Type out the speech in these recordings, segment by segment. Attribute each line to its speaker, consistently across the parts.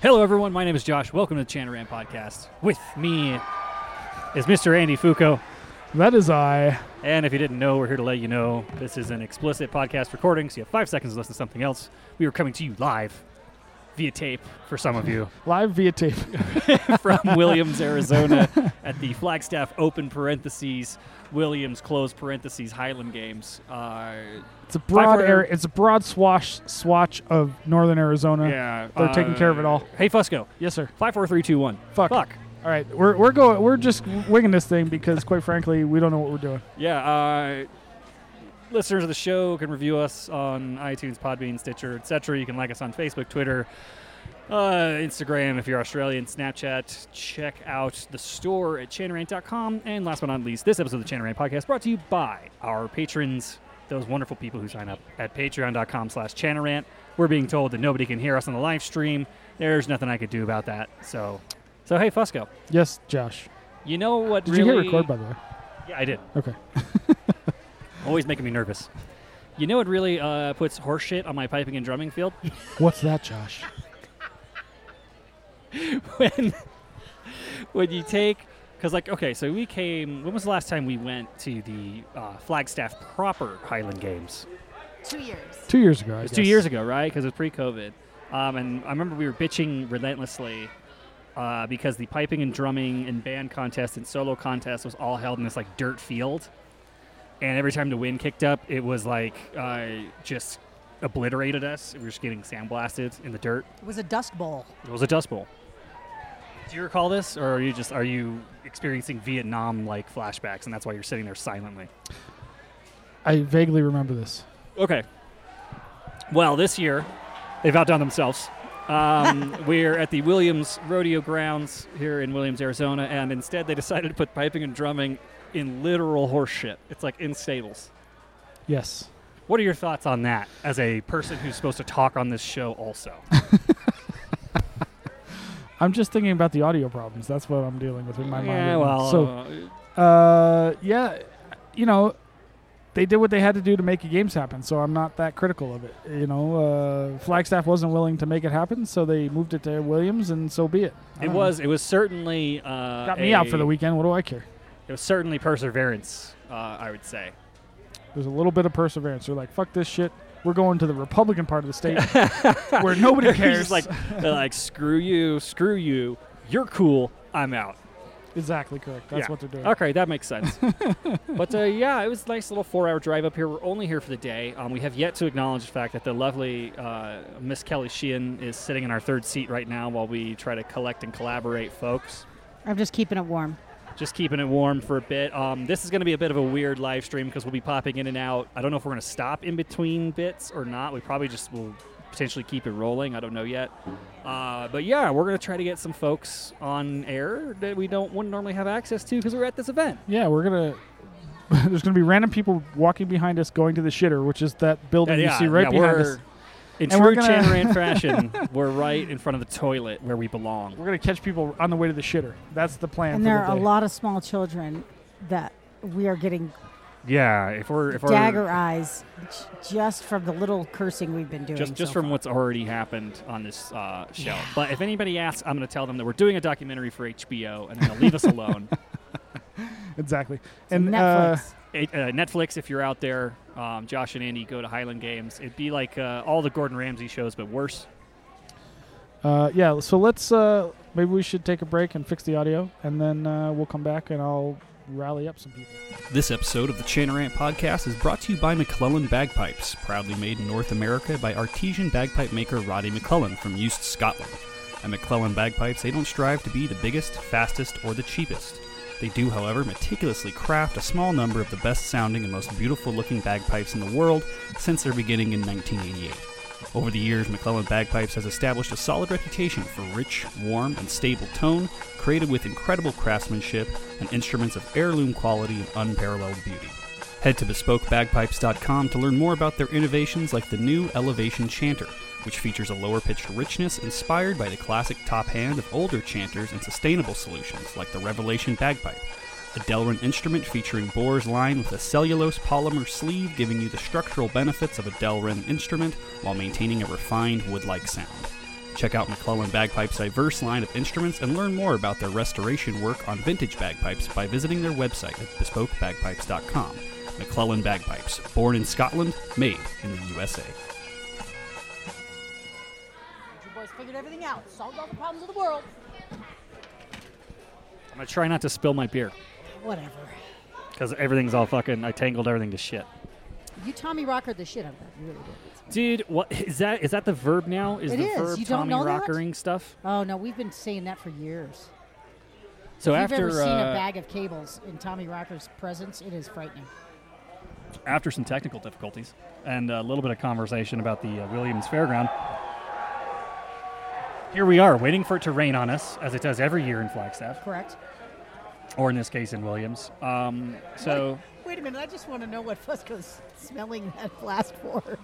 Speaker 1: Hello, everyone. My name is Josh. Welcome to the Chanaran Podcast. With me is Mr. Andy Foucault.
Speaker 2: That is I.
Speaker 1: And if you didn't know, we're here to let you know this is an explicit podcast recording, so you have five seconds to listen to something else. We are coming to you live via tape for some of you
Speaker 2: Live via tape.
Speaker 1: from Williams, Arizona at the Flagstaff open parentheses, Williams close parentheses, Highland Games. Uh,
Speaker 2: It's a broad
Speaker 1: Five-hour-
Speaker 2: area. It's a broad swash swatch of northern Arizona.
Speaker 1: yeah. uh,
Speaker 2: They're taking care of it all.
Speaker 1: Hey, Fusco.
Speaker 2: Yes, sir.
Speaker 1: 54321.
Speaker 2: Fuck.
Speaker 1: Fuck.
Speaker 2: All right, we're we're going. We're just winging this thing because, quite frankly, we don't know what we're doing.
Speaker 1: Yeah, uh, listeners of the show can review us on iTunes, Podbean, Stitcher, etc. You can like us on Facebook, Twitter, uh, Instagram if you're Australian, Snapchat. Check out the store at chanarant.com. And last but not least, this episode of the Chanarant Podcast brought to you by our patrons, those wonderful people who sign up at patreon.com slash chanarant. We're being told that nobody can hear us on the live stream. There's nothing I could do about that. So, so hey, Fusco,
Speaker 2: Yes, Josh.
Speaker 1: you know what
Speaker 2: Did
Speaker 1: really...
Speaker 2: you hit record by the way?
Speaker 1: Yeah, I did.
Speaker 2: Okay.
Speaker 1: Always making me nervous. You know what really uh, puts horseshit on my piping and drumming field?
Speaker 2: What's that, Josh?
Speaker 1: when, when you take, because like, okay, so we came. When was the last time we went to the uh, Flagstaff proper Highland Games?
Speaker 3: Two years.
Speaker 2: Two years ago. I
Speaker 1: It was two years ago, right? Because it was pre-COVID. Um, and I remember we were bitching relentlessly uh, because the piping and drumming and band contest and solo contest was all held in this like dirt field. And every time the wind kicked up, it was like uh, just obliterated us. We were just getting sandblasted in the dirt.
Speaker 4: It was a dust bowl.
Speaker 1: It was a dust bowl. Do you recall this, or are you just are you experiencing Vietnam like flashbacks, and that's why you're sitting there silently?
Speaker 2: I vaguely remember this.
Speaker 1: Okay. Well, this year they've outdone themselves. Um, we're at the Williams Rodeo Grounds here in Williams, Arizona, and instead they decided to put piping and drumming in literal horse shit. It's like in stables.
Speaker 2: Yes.
Speaker 1: What are your thoughts on that as a person who's supposed to talk on this show also?
Speaker 2: I'm just thinking about the audio problems. That's what I'm dealing with in my mind.
Speaker 1: yeah,
Speaker 2: right now.
Speaker 1: well,
Speaker 2: So
Speaker 1: uh,
Speaker 2: Uh, yeah, you know, they did what they had to do to make the games happen, so I'm not that critical of it. You know, uh, Flagstaff wasn't willing to make it happen, so they moved it to Williams, and so be it. I
Speaker 1: it
Speaker 2: don't
Speaker 1: was it was certainly uh,
Speaker 2: know. got me out for the
Speaker 1: a-
Speaker 2: weekend. What do I care?
Speaker 1: It was certainly perseverance, uh, I would say.
Speaker 2: There's a little bit of perseverance. They're like, fuck this shit. We're going to the Republican part of the state where nobody
Speaker 1: They're
Speaker 2: cares.
Speaker 1: just like they're like screw you, screw you. You're cool. I'm out.
Speaker 2: exactly correct. That's
Speaker 1: Yeah.
Speaker 2: what they're doing.
Speaker 1: Okay, that makes sense. but uh, yeah, it was a nice little four-hour drive up here. We're only here for the day. Um, we have yet to acknowledge the fact that the lovely uh, Miss Kelly Sheehan is sitting in our third seat right now while we try to collect and collaborate, folks.
Speaker 4: I'm just keeping it warm.
Speaker 1: Just keeping it warm for a bit. Um, this is going to be a bit of a weird live stream because we'll be popping in and out. I don't know if we're going to stop in between bits or not. We probably just will potentially keep it rolling. I don't know yet. Uh, but yeah, we're going to try to get some folks on air that we don't wouldn't normally have access to because we're at this event.
Speaker 2: Yeah, we're gonna. There's gonna be random people walking behind us going to the shitter, which is that building you see right behind us.
Speaker 1: In
Speaker 2: And
Speaker 1: true
Speaker 2: we're
Speaker 1: Chan
Speaker 2: gonna-
Speaker 1: Rand fashion, we're right in front of the toilet where we belong.
Speaker 2: We're gonna catch people on the way to the shitter. That's the plan.
Speaker 4: And
Speaker 2: for
Speaker 4: there
Speaker 2: the
Speaker 4: are a
Speaker 2: day.
Speaker 4: lot of small children that we are getting
Speaker 1: Yeah, if we're if
Speaker 4: dagger eyes j- just from the little cursing we've been doing.
Speaker 1: just just
Speaker 4: so
Speaker 1: from
Speaker 4: far.
Speaker 1: what's already happened on this uh, show. But if anybody asks, I'm going to tell them that we're doing a documentary for HBO, and they're going to leave us alone.
Speaker 2: Exactly.
Speaker 4: It's
Speaker 2: And uh,
Speaker 4: Netflix.
Speaker 1: It, uh, Netflix, if you're out there, um, Josh and Andy go to Highland Games. It'd be like uh, all the Gordon Ramsay shows, but worse.
Speaker 2: uh, yeah, so let's uh, maybe we should take a break and fix the audio, and then uh, we'll come back and I'll rally up some people.
Speaker 5: This episode of the Chanarant Podcast is brought to you by McClellan Bagpipes, proudly made in North America by artesian bagpipe maker Roddy McClellan from Eust, Scotland. At McClellan Bagpipes, they don't strive to be the biggest, fastest, or the cheapest. They do, however, meticulously craft a small number of the best sounding and most beautiful looking bagpipes in the world since their beginning in 1988. Over the years, McClellan Bagpipes has established a solid reputation for rich, warm, and stable tone, created with incredible craftsmanship and instruments of heirloom quality and unparalleled beauty. Head to bespokebagpipes.com to learn more about their innovations like the new Elevation Chanter, which features a lower pitched richness inspired by the classic top hand of older chanters and sustainable solutions like the Revelation Bagpipe a Delrin instrument featuring Bohr's line with a cellulose polymer sleeve giving you the structural benefits of a Delrin instrument while maintaining a refined wood like sound. Check out McClellan Bagpipes' diverse line of instruments and learn more about their restoration work on vintage bagpipes by visiting their website at bespokebagpipes.com. McClellan Bagpipes, born in Scotland, made in the USA.
Speaker 4: You boys figured everything out, solved all the problems of the world.
Speaker 1: I'm gonna try not to spill my beer
Speaker 4: Whatever.
Speaker 1: because everything's all fucking. I tangled everything to shit.
Speaker 4: You Tommy Rocker the shit out of that. You really did.
Speaker 1: Dude, what is that? Is that the verb now? Is
Speaker 4: It
Speaker 1: the
Speaker 4: is.
Speaker 1: verb
Speaker 4: You don't
Speaker 1: Tommy
Speaker 4: know that?
Speaker 1: rockering stuff?
Speaker 4: Oh no, we've been saying that for years.
Speaker 1: So
Speaker 4: if
Speaker 1: after
Speaker 4: you've ever seen
Speaker 1: uh,
Speaker 4: a bag of cables in Tommy Rocker's presence, it is frightening.
Speaker 1: after some technical difficulties and a little bit of conversation about the uh, Williams Fairground, here we are waiting for it to rain on us, as it does every year in Flagstaff,
Speaker 4: Correct.
Speaker 1: or in this case in Williams. Um, so
Speaker 4: Wait a minute, I just want to know what Fusco's smelling that blast for.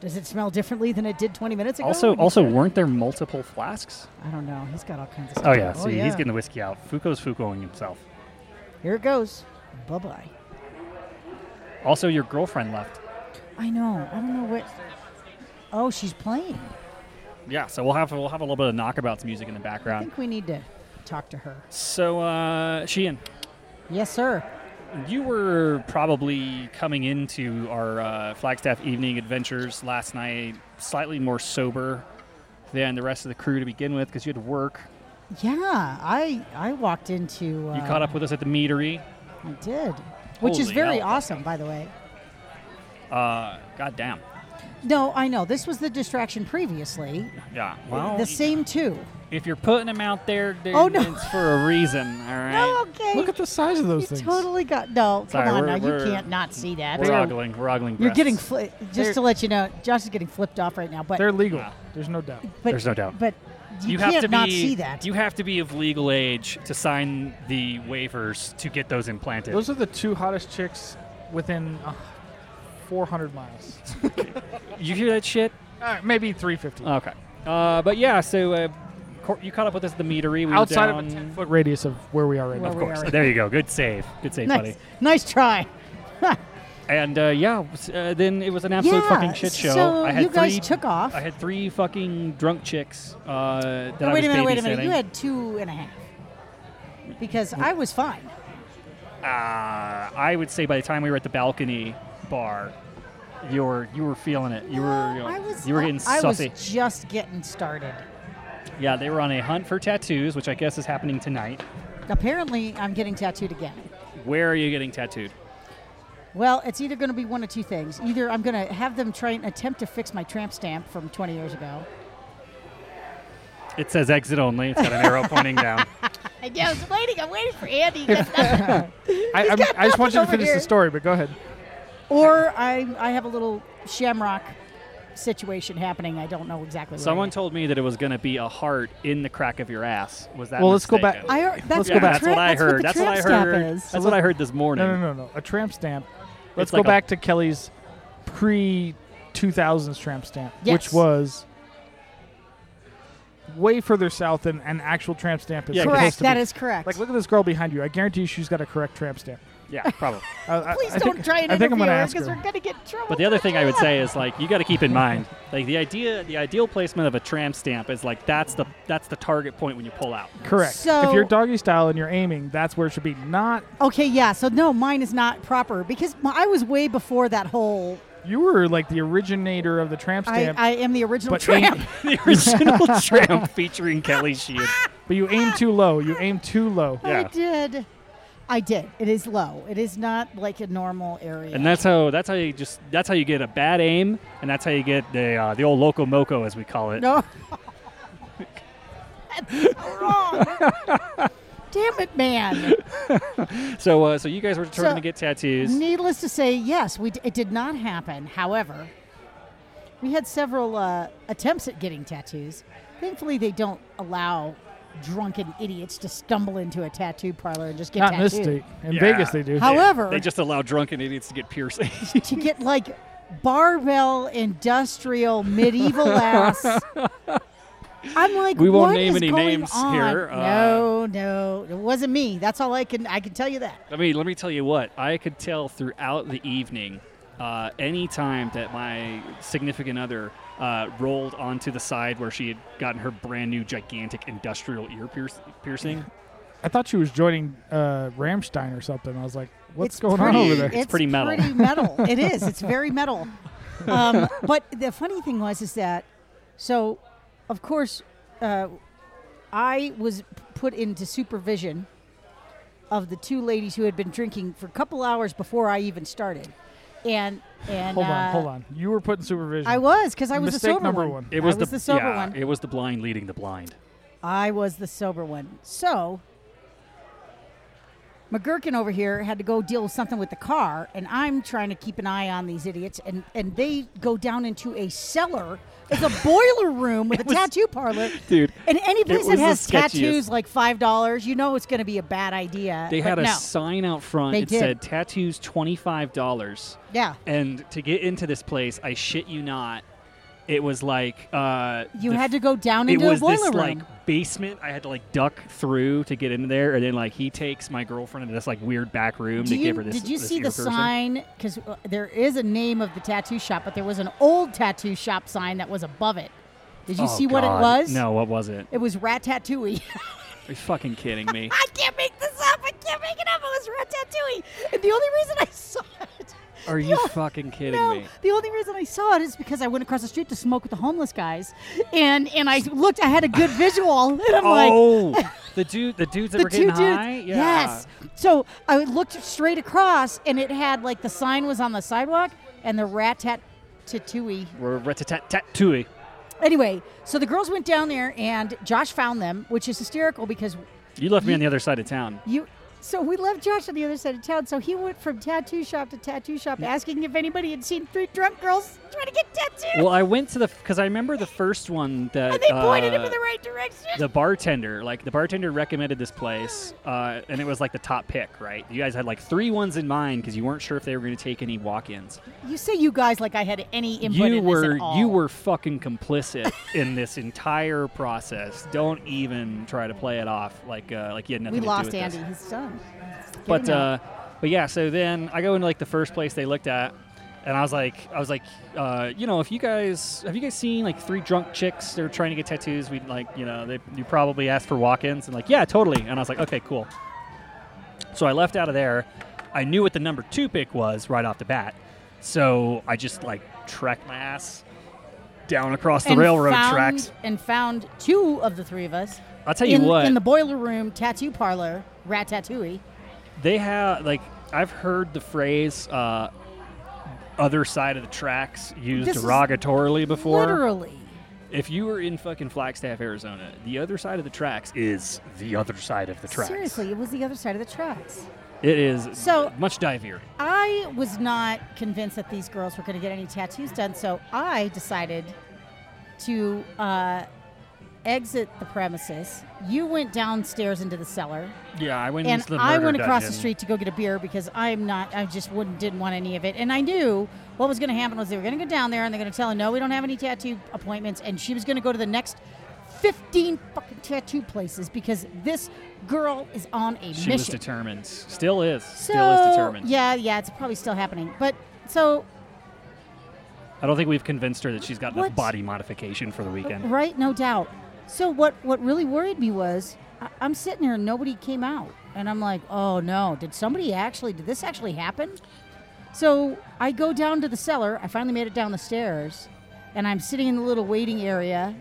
Speaker 4: Does it smell differently than it did 20 minutes ago?
Speaker 1: also,
Speaker 4: when he
Speaker 1: also
Speaker 4: said-
Speaker 1: weren't there multiple flasks?
Speaker 4: I don't know. He's got all kinds of stuff.
Speaker 1: Oh yeah, see, he's getting the whiskey out. Foucault's Foucaulting himself.
Speaker 4: Here it goes. Bye bye.
Speaker 1: Also, your girlfriend left.
Speaker 4: I know. I don't know what. Oh, she's playing.
Speaker 1: Yeah, so we'll have we'll have a little bit of knockabouts music in the
Speaker 4: I
Speaker 1: background.
Speaker 4: think we need to talk to her.
Speaker 1: So, uh, Sheehan,
Speaker 4: Yes, sir.
Speaker 1: You were probably coming into our uh, Flagstaff evening adventures last night slightly more sober than the rest of the crew to begin with because you had to work.
Speaker 4: Yeah, I I walked into. Uh,
Speaker 1: You caught up with us at the meadery.
Speaker 4: I did, which is
Speaker 1: Holy
Speaker 4: very
Speaker 1: hell,
Speaker 4: awesome, by the way.
Speaker 1: Uh, God damn.
Speaker 4: No, I know this was the distraction previously.
Speaker 1: Oh, Yeah. Well,
Speaker 4: the same two.
Speaker 1: if you're putting them out there, dude,
Speaker 4: Oh, no.
Speaker 1: it's for a reason, all right?
Speaker 4: No, Oh, okay.
Speaker 2: Look at the size of
Speaker 4: you
Speaker 2: those things.
Speaker 4: totally got no.
Speaker 1: Sorry,
Speaker 4: come on
Speaker 1: we're-
Speaker 4: now, you
Speaker 1: we're-
Speaker 4: can't not see that.
Speaker 1: We're ogling. We're ogling.
Speaker 4: You're
Speaker 1: breasts.
Speaker 4: getting fli-
Speaker 2: They're-
Speaker 4: just to let you know. Josh is getting flipped off right now, but
Speaker 2: They're legal.
Speaker 1: Yeah.
Speaker 2: There's no doubt.
Speaker 4: but,
Speaker 1: There's no doubt.
Speaker 4: But you,
Speaker 1: have
Speaker 4: can't
Speaker 1: to be,
Speaker 4: not see that.
Speaker 1: You have to be of legal age to sign the waivers to get those implanted.
Speaker 2: Those are the two hottest chicks within uh, 400 miles.
Speaker 1: you hear that shit?
Speaker 2: Uh, maybe 350.
Speaker 1: Okay. Uh, but yeah, so uh, cor- you caught up with us at the meadery. We were
Speaker 2: Outside of
Speaker 1: down-
Speaker 2: a 10 foot radius of where we are right
Speaker 4: Where
Speaker 2: now.
Speaker 1: Of
Speaker 4: we
Speaker 1: course.
Speaker 4: are.
Speaker 1: There you go. Good save. Good save, buddy.
Speaker 4: nice, nice try.
Speaker 1: And uh, yeah, s- uh, then it was an absolute
Speaker 4: Yeah,
Speaker 1: fucking shit show.
Speaker 4: so
Speaker 1: I had
Speaker 4: you guys
Speaker 1: three,
Speaker 4: took off.
Speaker 1: I had three fucking drunk chicks uh, that I
Speaker 4: Oh,
Speaker 1: was
Speaker 4: wait a minute,
Speaker 1: babysitting.
Speaker 4: wait a minute. You had two and a half because I was fine.
Speaker 1: uh, I would say by the time we were at the balcony bar, you were you were feeling it. You were you, know,
Speaker 4: I was.
Speaker 1: you were getting
Speaker 4: I, I was
Speaker 1: sussy.
Speaker 4: just getting started.
Speaker 1: Yeah, they were on a hunt for tattoos, which I guess is happening tonight.
Speaker 4: Apparently, I'm getting tattooed again.
Speaker 1: Where are you getting tattooed?
Speaker 4: Well, it's either going to be one of two things. Either I'm going to have them try and attempt to fix my tramp stamp from 20 years ago.
Speaker 1: It says exit only. It's got an arrow pointing down.
Speaker 3: I, I was waiting. I'm waiting for Andy. He got nothing.
Speaker 2: I, I'm- I just want you to
Speaker 4: over
Speaker 2: finish
Speaker 4: here.
Speaker 2: the story, but go ahead.
Speaker 4: Or I, I have a little shamrock situation happening. I don't know exactly. what
Speaker 1: Someone
Speaker 4: it
Speaker 1: told me that it was going to be a heart in the crack of your ass. Was that?
Speaker 2: Well, let's go back-
Speaker 1: mistaken?
Speaker 4: is. I, that's
Speaker 2: Let's
Speaker 4: what
Speaker 1: Yeah,
Speaker 2: go back.
Speaker 4: the
Speaker 1: that's
Speaker 4: tramp-
Speaker 1: what I heard.
Speaker 4: That's
Speaker 1: That's
Speaker 4: what,
Speaker 1: what I
Speaker 4: the tramp
Speaker 1: heard.
Speaker 4: stamp is.
Speaker 1: That's what I heard this morning.
Speaker 2: No, no, no, no. A tramp stamp. Let's
Speaker 1: It's
Speaker 2: go
Speaker 1: like a-
Speaker 2: back to Kelly's pre 2000s tramp stamp, which
Speaker 4: Yes.
Speaker 2: was way further south than an actual tramp stamp is
Speaker 1: Yeah,
Speaker 2: supposed
Speaker 4: Correct.
Speaker 2: to
Speaker 4: That
Speaker 2: be.
Speaker 4: is correct.
Speaker 2: Like, look at this girl behind you. I guarantee you she's got a correct tramp stamp.
Speaker 1: Yeah, probably.
Speaker 2: I- I-
Speaker 4: Please
Speaker 2: I
Speaker 4: don't
Speaker 2: think-
Speaker 4: try and
Speaker 2: I think I'm
Speaker 4: interview
Speaker 2: gonna
Speaker 4: her
Speaker 2: ask
Speaker 4: because
Speaker 2: her.
Speaker 4: we're going to get in trouble.
Speaker 1: But the other thing I would say is like you got to keep in mind like the idea the ideal placement of a tram stamp is like that's the that's the target point when you pull out.
Speaker 2: Correct. if
Speaker 4: So-
Speaker 2: you're doggy style and you're aiming, that's where it should be. Not
Speaker 4: Okay, yeah. So no, mine is not proper because my, I was way before that whole.
Speaker 2: you were like the originator of the tramp
Speaker 4: I,
Speaker 2: stamp,
Speaker 4: I am the original
Speaker 2: But
Speaker 4: tramp.
Speaker 2: aim-
Speaker 1: the original tram featuring Kelly Sheehan.
Speaker 2: but you
Speaker 4: Ah.
Speaker 2: aim too low. You aim too low.
Speaker 1: Yeah.
Speaker 4: I did. I did. It is low. It is not like a normal area.
Speaker 1: And that's how that's how you just that's how you get a bad aim and that's how you get the uh, the old loco moco as we call it.
Speaker 4: no. That's so wrong. Damn it, man.
Speaker 1: So uh, so you guys were determined
Speaker 4: So-
Speaker 1: to get tattoos.
Speaker 4: Needless to say, yes, we d- it did not happen. However, we had several uh, attempts at getting tattoos. Thankfully, they don't allow drunken idiots to stumble into a tattoo parlor and just get
Speaker 2: Not in
Speaker 4: tattooed.
Speaker 2: this state. In
Speaker 1: Yeah.
Speaker 2: Vegas, they do.
Speaker 4: How- However-
Speaker 1: they just allow drunken idiots to get piercings.
Speaker 4: to get like barbell industrial medieval ass. I'm like,
Speaker 1: We won't
Speaker 4: what
Speaker 1: name
Speaker 4: is
Speaker 1: any
Speaker 4: going
Speaker 1: names
Speaker 4: on?
Speaker 1: here, uh,
Speaker 4: no, no, it wasn't me. That's all I can I can tell you that.
Speaker 1: I mean, let me tell you what I could tell throughout the evening uh, any time that my significant other uh, rolled onto the side where she had gotten her brand new gigantic industrial ear pierce- piercing.
Speaker 2: I thought she was joining uh, Ramstein or something. I was like, what's
Speaker 4: It's
Speaker 2: going
Speaker 4: pretty-
Speaker 2: on over there?
Speaker 1: It's pretty metal.
Speaker 4: Pretty metal. it is. It's very metal. Um, but the funny thing was is that, so, of course, uh, I was put into supervision of the two ladies who had been drinking for a couple hours before I even started, and and
Speaker 2: Hold
Speaker 4: uh,
Speaker 2: on, hold on. You were put in supervision.
Speaker 4: I was because I was
Speaker 2: Mistake
Speaker 4: the sober
Speaker 2: number
Speaker 4: one.
Speaker 2: one.
Speaker 4: I was the sober
Speaker 1: yeah,
Speaker 4: one.
Speaker 1: It was the blind leading the blind.
Speaker 4: I was the sober one. So McGurkin over here had to go deal with something with the car, and I'm trying to keep an eye on these idiots, and, and they go down into a cellar. It's a boiler room with a tattoo parlor.
Speaker 1: Dude,
Speaker 4: And any place
Speaker 1: was
Speaker 4: that
Speaker 1: the
Speaker 4: has
Speaker 1: sketchiest.
Speaker 4: tattoos like five dollars, you know it's going to be a bad idea.
Speaker 1: They
Speaker 4: But
Speaker 1: had a
Speaker 4: no.
Speaker 1: sign out front
Speaker 4: They
Speaker 1: that
Speaker 4: did.
Speaker 1: said tattoos twenty five dollars.
Speaker 4: yeah.
Speaker 1: And to get into this place, I shit you not, it was like uh,
Speaker 4: You
Speaker 1: the
Speaker 4: had to go down
Speaker 1: it
Speaker 4: into
Speaker 1: was
Speaker 4: a boiler
Speaker 1: this
Speaker 4: room.
Speaker 1: like basement. I had to like duck through to get in there, and then like he takes my girlfriend into this like weird back room
Speaker 4: Do
Speaker 1: to
Speaker 4: you-
Speaker 1: give her this.
Speaker 4: did you
Speaker 1: this
Speaker 4: see
Speaker 1: ear
Speaker 4: the
Speaker 1: piercing.
Speaker 4: sign? Because there is a name of the tattoo shop, but there was an old tattoo shop sign that was above it. Did you
Speaker 1: Oh,
Speaker 4: see what it
Speaker 1: God.
Speaker 4: was?
Speaker 1: No, what was it?
Speaker 4: It was Ratatouille.
Speaker 1: Are you fucking kidding me?
Speaker 4: I can't make this up. I can't make it up. It was Ratatouille. And the only reason I saw it.
Speaker 1: Are
Speaker 4: the
Speaker 1: you
Speaker 4: o-
Speaker 1: fucking kidding
Speaker 4: no,
Speaker 1: me?
Speaker 4: the only reason I saw it is because I went across the street to smoke with the homeless guys, and and I looked. I had a good visual, and I'm like,
Speaker 1: oh, the dude, the dudes that
Speaker 4: the
Speaker 1: were
Speaker 4: two
Speaker 1: getting
Speaker 4: dudes.
Speaker 1: high. Yeah.
Speaker 4: Yes. So I looked straight across, and it had like the sign was on the sidewalk, and the rat tat tattooey.
Speaker 1: We're rat-tat-tat-tooey.
Speaker 4: Anyway, so the girls went down there, and Josh found them, which is hysterical because
Speaker 1: You left me on the other side of town.
Speaker 4: you. So we left Josh on the other side of town. So he went from tattoo shop to tattoo shop, asking if anybody had seen three drunk girls trying to get tattooed,
Speaker 1: Well, I went to the because I remember the first one that
Speaker 4: and Oh, they pointed him
Speaker 1: uh,
Speaker 4: in the right direction.
Speaker 1: the bartender like the bartender recommended this place uh, and it was like the top pick right you guys had like three ones in mind because you weren't sure if they were going to take any walk-ins
Speaker 4: you say you guys like I had any input in
Speaker 1: you
Speaker 4: this
Speaker 1: were
Speaker 4: at all.
Speaker 1: you were fucking complicit in this entire process don't even try to play it off like uh, like you had nothing
Speaker 4: We
Speaker 1: to
Speaker 4: lost
Speaker 1: do with
Speaker 4: Andy.
Speaker 1: this.
Speaker 4: He's done.
Speaker 1: but uh, but yeah so then i go into like the first place they looked at and i was like i was like uh, you know if you guys have you guys seen like three drunk chicks they're trying to get tattoos we like you know they you probably asked for walk-ins and like yeah totally and i was like okay cool so i left out of there i knew what the number two pick was right off the bat so i just like tracked my ass down across the
Speaker 4: and
Speaker 1: railroad
Speaker 4: found-
Speaker 1: tracks
Speaker 4: and found two of the three of us
Speaker 1: i'll tell you
Speaker 4: in,
Speaker 1: what
Speaker 4: in the boiler room tattoo parlor rat tattooey
Speaker 1: they have like I've heard the phrase uh, "other side of the tracks" used
Speaker 4: This is
Speaker 1: derogatorily before.
Speaker 4: literally
Speaker 1: If you were in fucking Flagstaff, Arizona, the other side of the tracks is the other side of the tracks.
Speaker 4: seriously it was the other side of the tracks
Speaker 1: it is
Speaker 4: So-
Speaker 1: much divier.
Speaker 4: i was not convinced that these girls were going to get any tattoos done so i decided to uh, exit the premises you went downstairs into the cellar
Speaker 1: Yeah, I went
Speaker 4: and I went across the street to go get a beer because I'm not. I just wouldn't didn't want any of it. And I knew what was going to happen was they were going to go down there and they're going to tell her no, we don't have any tattoo appointments, and she was going to go to the next. 15 fucking tattoo places because this girl is on a
Speaker 1: She
Speaker 4: mission.
Speaker 1: was determined. Still is.
Speaker 4: so,
Speaker 1: still is determined.
Speaker 4: Yeah, yeah, it's probably still happening. But so,
Speaker 1: I don't think we've convinced her that she's got enough
Speaker 4: What?
Speaker 1: body modification for the weekend.
Speaker 4: right, no doubt. So what what really worried me was I, I'm sitting here and nobody came out. And I'm like, "Oh no, did somebody actually did this actually happen?" So I go down to the cellar. I finally made it down the stairs, and I'm sitting in the little waiting area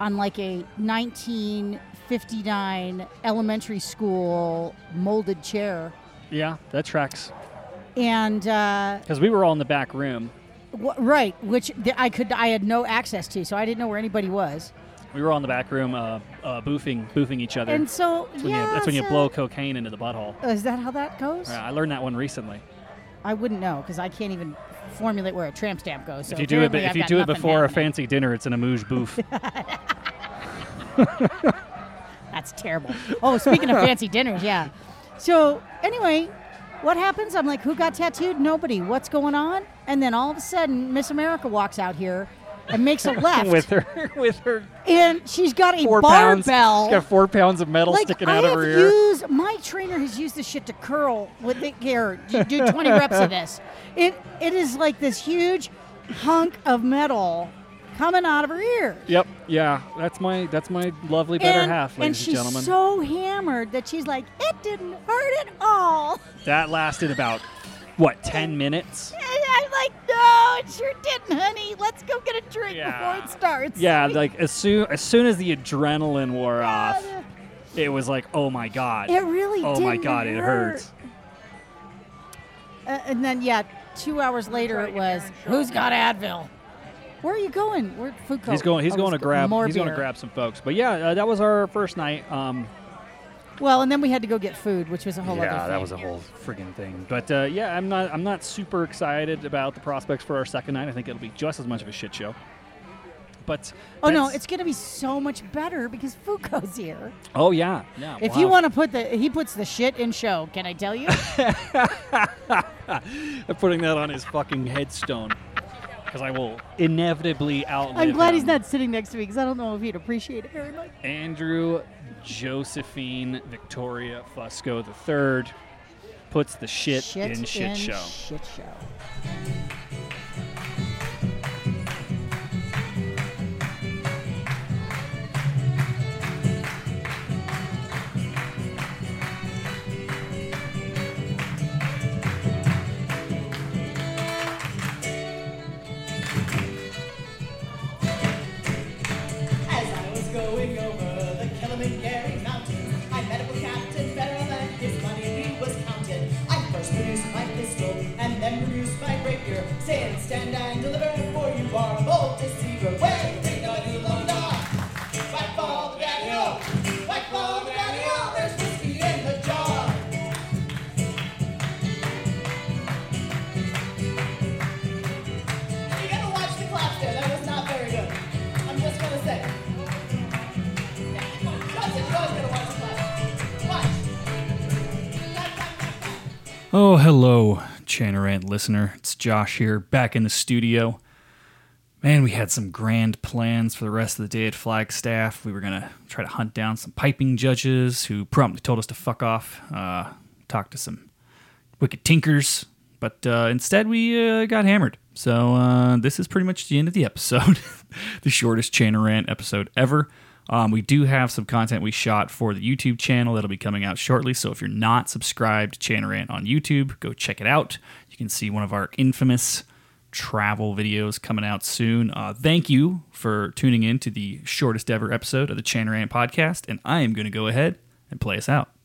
Speaker 4: on like a 1959 elementary school molded chair.
Speaker 1: Yeah, that tracks.
Speaker 4: And uh,
Speaker 1: Because we were all in the back room.
Speaker 4: w- right, which th- I could I had no access to, so I didn't know where anybody was.
Speaker 1: We were all in the back room, uh, uh, boofing, boofing each other.
Speaker 4: And so
Speaker 1: that's when,
Speaker 4: yeah,
Speaker 1: you, that's when you
Speaker 4: so-
Speaker 1: blow cocaine into the butthole.
Speaker 4: Oh, Is that how that goes?
Speaker 1: Yeah, I learned that one recently.
Speaker 4: I wouldn't know because I can't even formulate where a tramp stamp goes. So
Speaker 1: if you do it,
Speaker 4: apparently
Speaker 1: if
Speaker 4: I've
Speaker 1: you
Speaker 4: got
Speaker 1: do it
Speaker 4: nothing
Speaker 1: before a
Speaker 4: happening.
Speaker 1: fancy dinner, it's an amuse bouffe.
Speaker 4: That's terrible. Oh, speaking of fancy dinners, yeah. So anyway, what happens? I'm like, who got tattooed? Nobody. What's going on? And then all of a sudden, Miss America walks out here and makes a left.
Speaker 1: with her with her
Speaker 4: and she's got a
Speaker 1: four pounds.
Speaker 4: barbell.
Speaker 1: She's got four pounds of metal
Speaker 4: like
Speaker 1: sticking
Speaker 4: I
Speaker 1: out of
Speaker 4: have
Speaker 1: her ear.
Speaker 4: used my trainer has used this shit to curl with it here. you Do twenty reps of this. It it is like this huge hunk of metal coming out of her ear.
Speaker 1: Yep. Yeah. That's my that's my lovely better
Speaker 4: and,
Speaker 1: half, ladies
Speaker 4: and she's
Speaker 1: gentlemen.
Speaker 4: so hammered that she's like, it didn't hurt at all.
Speaker 1: that lasted about what ten minutes.
Speaker 4: And I'm like, no, it sure didn't, honey. Let's go get a drink
Speaker 1: Yeah.
Speaker 4: before it starts.
Speaker 1: Yeah, like as soon as soon as the adrenaline wore off, it was like, oh my god,
Speaker 4: It really
Speaker 1: oh my
Speaker 4: didn't
Speaker 1: god, it hurts.
Speaker 4: Uh, and then, yeah, two hours later it was, who's got Advil? Where are you going? We're at food court.
Speaker 1: He's going. He's
Speaker 4: Oh,
Speaker 1: going to
Speaker 4: let's go-
Speaker 1: grab.
Speaker 4: more
Speaker 1: He's going to
Speaker 4: beer.
Speaker 1: grab some folks. But yeah, uh, that was our first night. Um,
Speaker 4: Well, and then we had to go get food, which was a whole other thing.
Speaker 1: whole freaking thing. But uh, yeah, I'm not. I'm not super excited about the prospects for our second night. I think it'll be just as much of a shit show. But
Speaker 4: Oh no,
Speaker 1: that's-
Speaker 4: it's going to be so much better because Foucault's here.
Speaker 1: oh yeah. yeah
Speaker 4: If
Speaker 1: wow.
Speaker 4: you want to put the, he puts the shit in show. Can I tell you?
Speaker 1: I'm putting that on his fucking headstone because I will inevitably outlive.
Speaker 4: I'm glad he's
Speaker 1: him.
Speaker 4: not sitting next to me because I don't know if he'd appreciate it very much.
Speaker 1: Andrew Josephine Victoria Fusco III puts the shit, in shit
Speaker 4: in
Speaker 1: show.
Speaker 4: Shit show.
Speaker 6: As I was going over the Kilimanjaro mountains, I met up with Captain Federal and his money he was counting. I first produced my pistol and then produced my rapier, saying, "Stand and deliver, for you are a bold deceiver." Wait, take no you low dog. Fight for the daddy o, fight for the daddy o. There's whiskey in the jar. You gotta watch the claps there. That was not very good. I'm just gonna say. Watch it. You always gotta watch the claps. Watch. Clap, clap, clap, clap.
Speaker 5: Oh, hello, Chanarant listener. It's Josh here, back in the studio. Man, we had some grand plans for the rest of the day at Flagstaff. We were going to try to hunt down some piping judges who promptly told us to fuck off, uh, talk to some wicked tinkers, but uh, instead we uh, got hammered. So uh, this is pretty much the end of the episode, the shortest Chanarant episode ever. Um, we do have some content we shot for the YouTube channel that'll be coming out shortly. So if you're not subscribed to Chanarant on YouTube, go check it out. You can see one of our infamous travel videos coming out soon. Uh, thank you for tuning in to the shortest ever episode of the Chanarant podcast. And I am going to go ahead and play us out.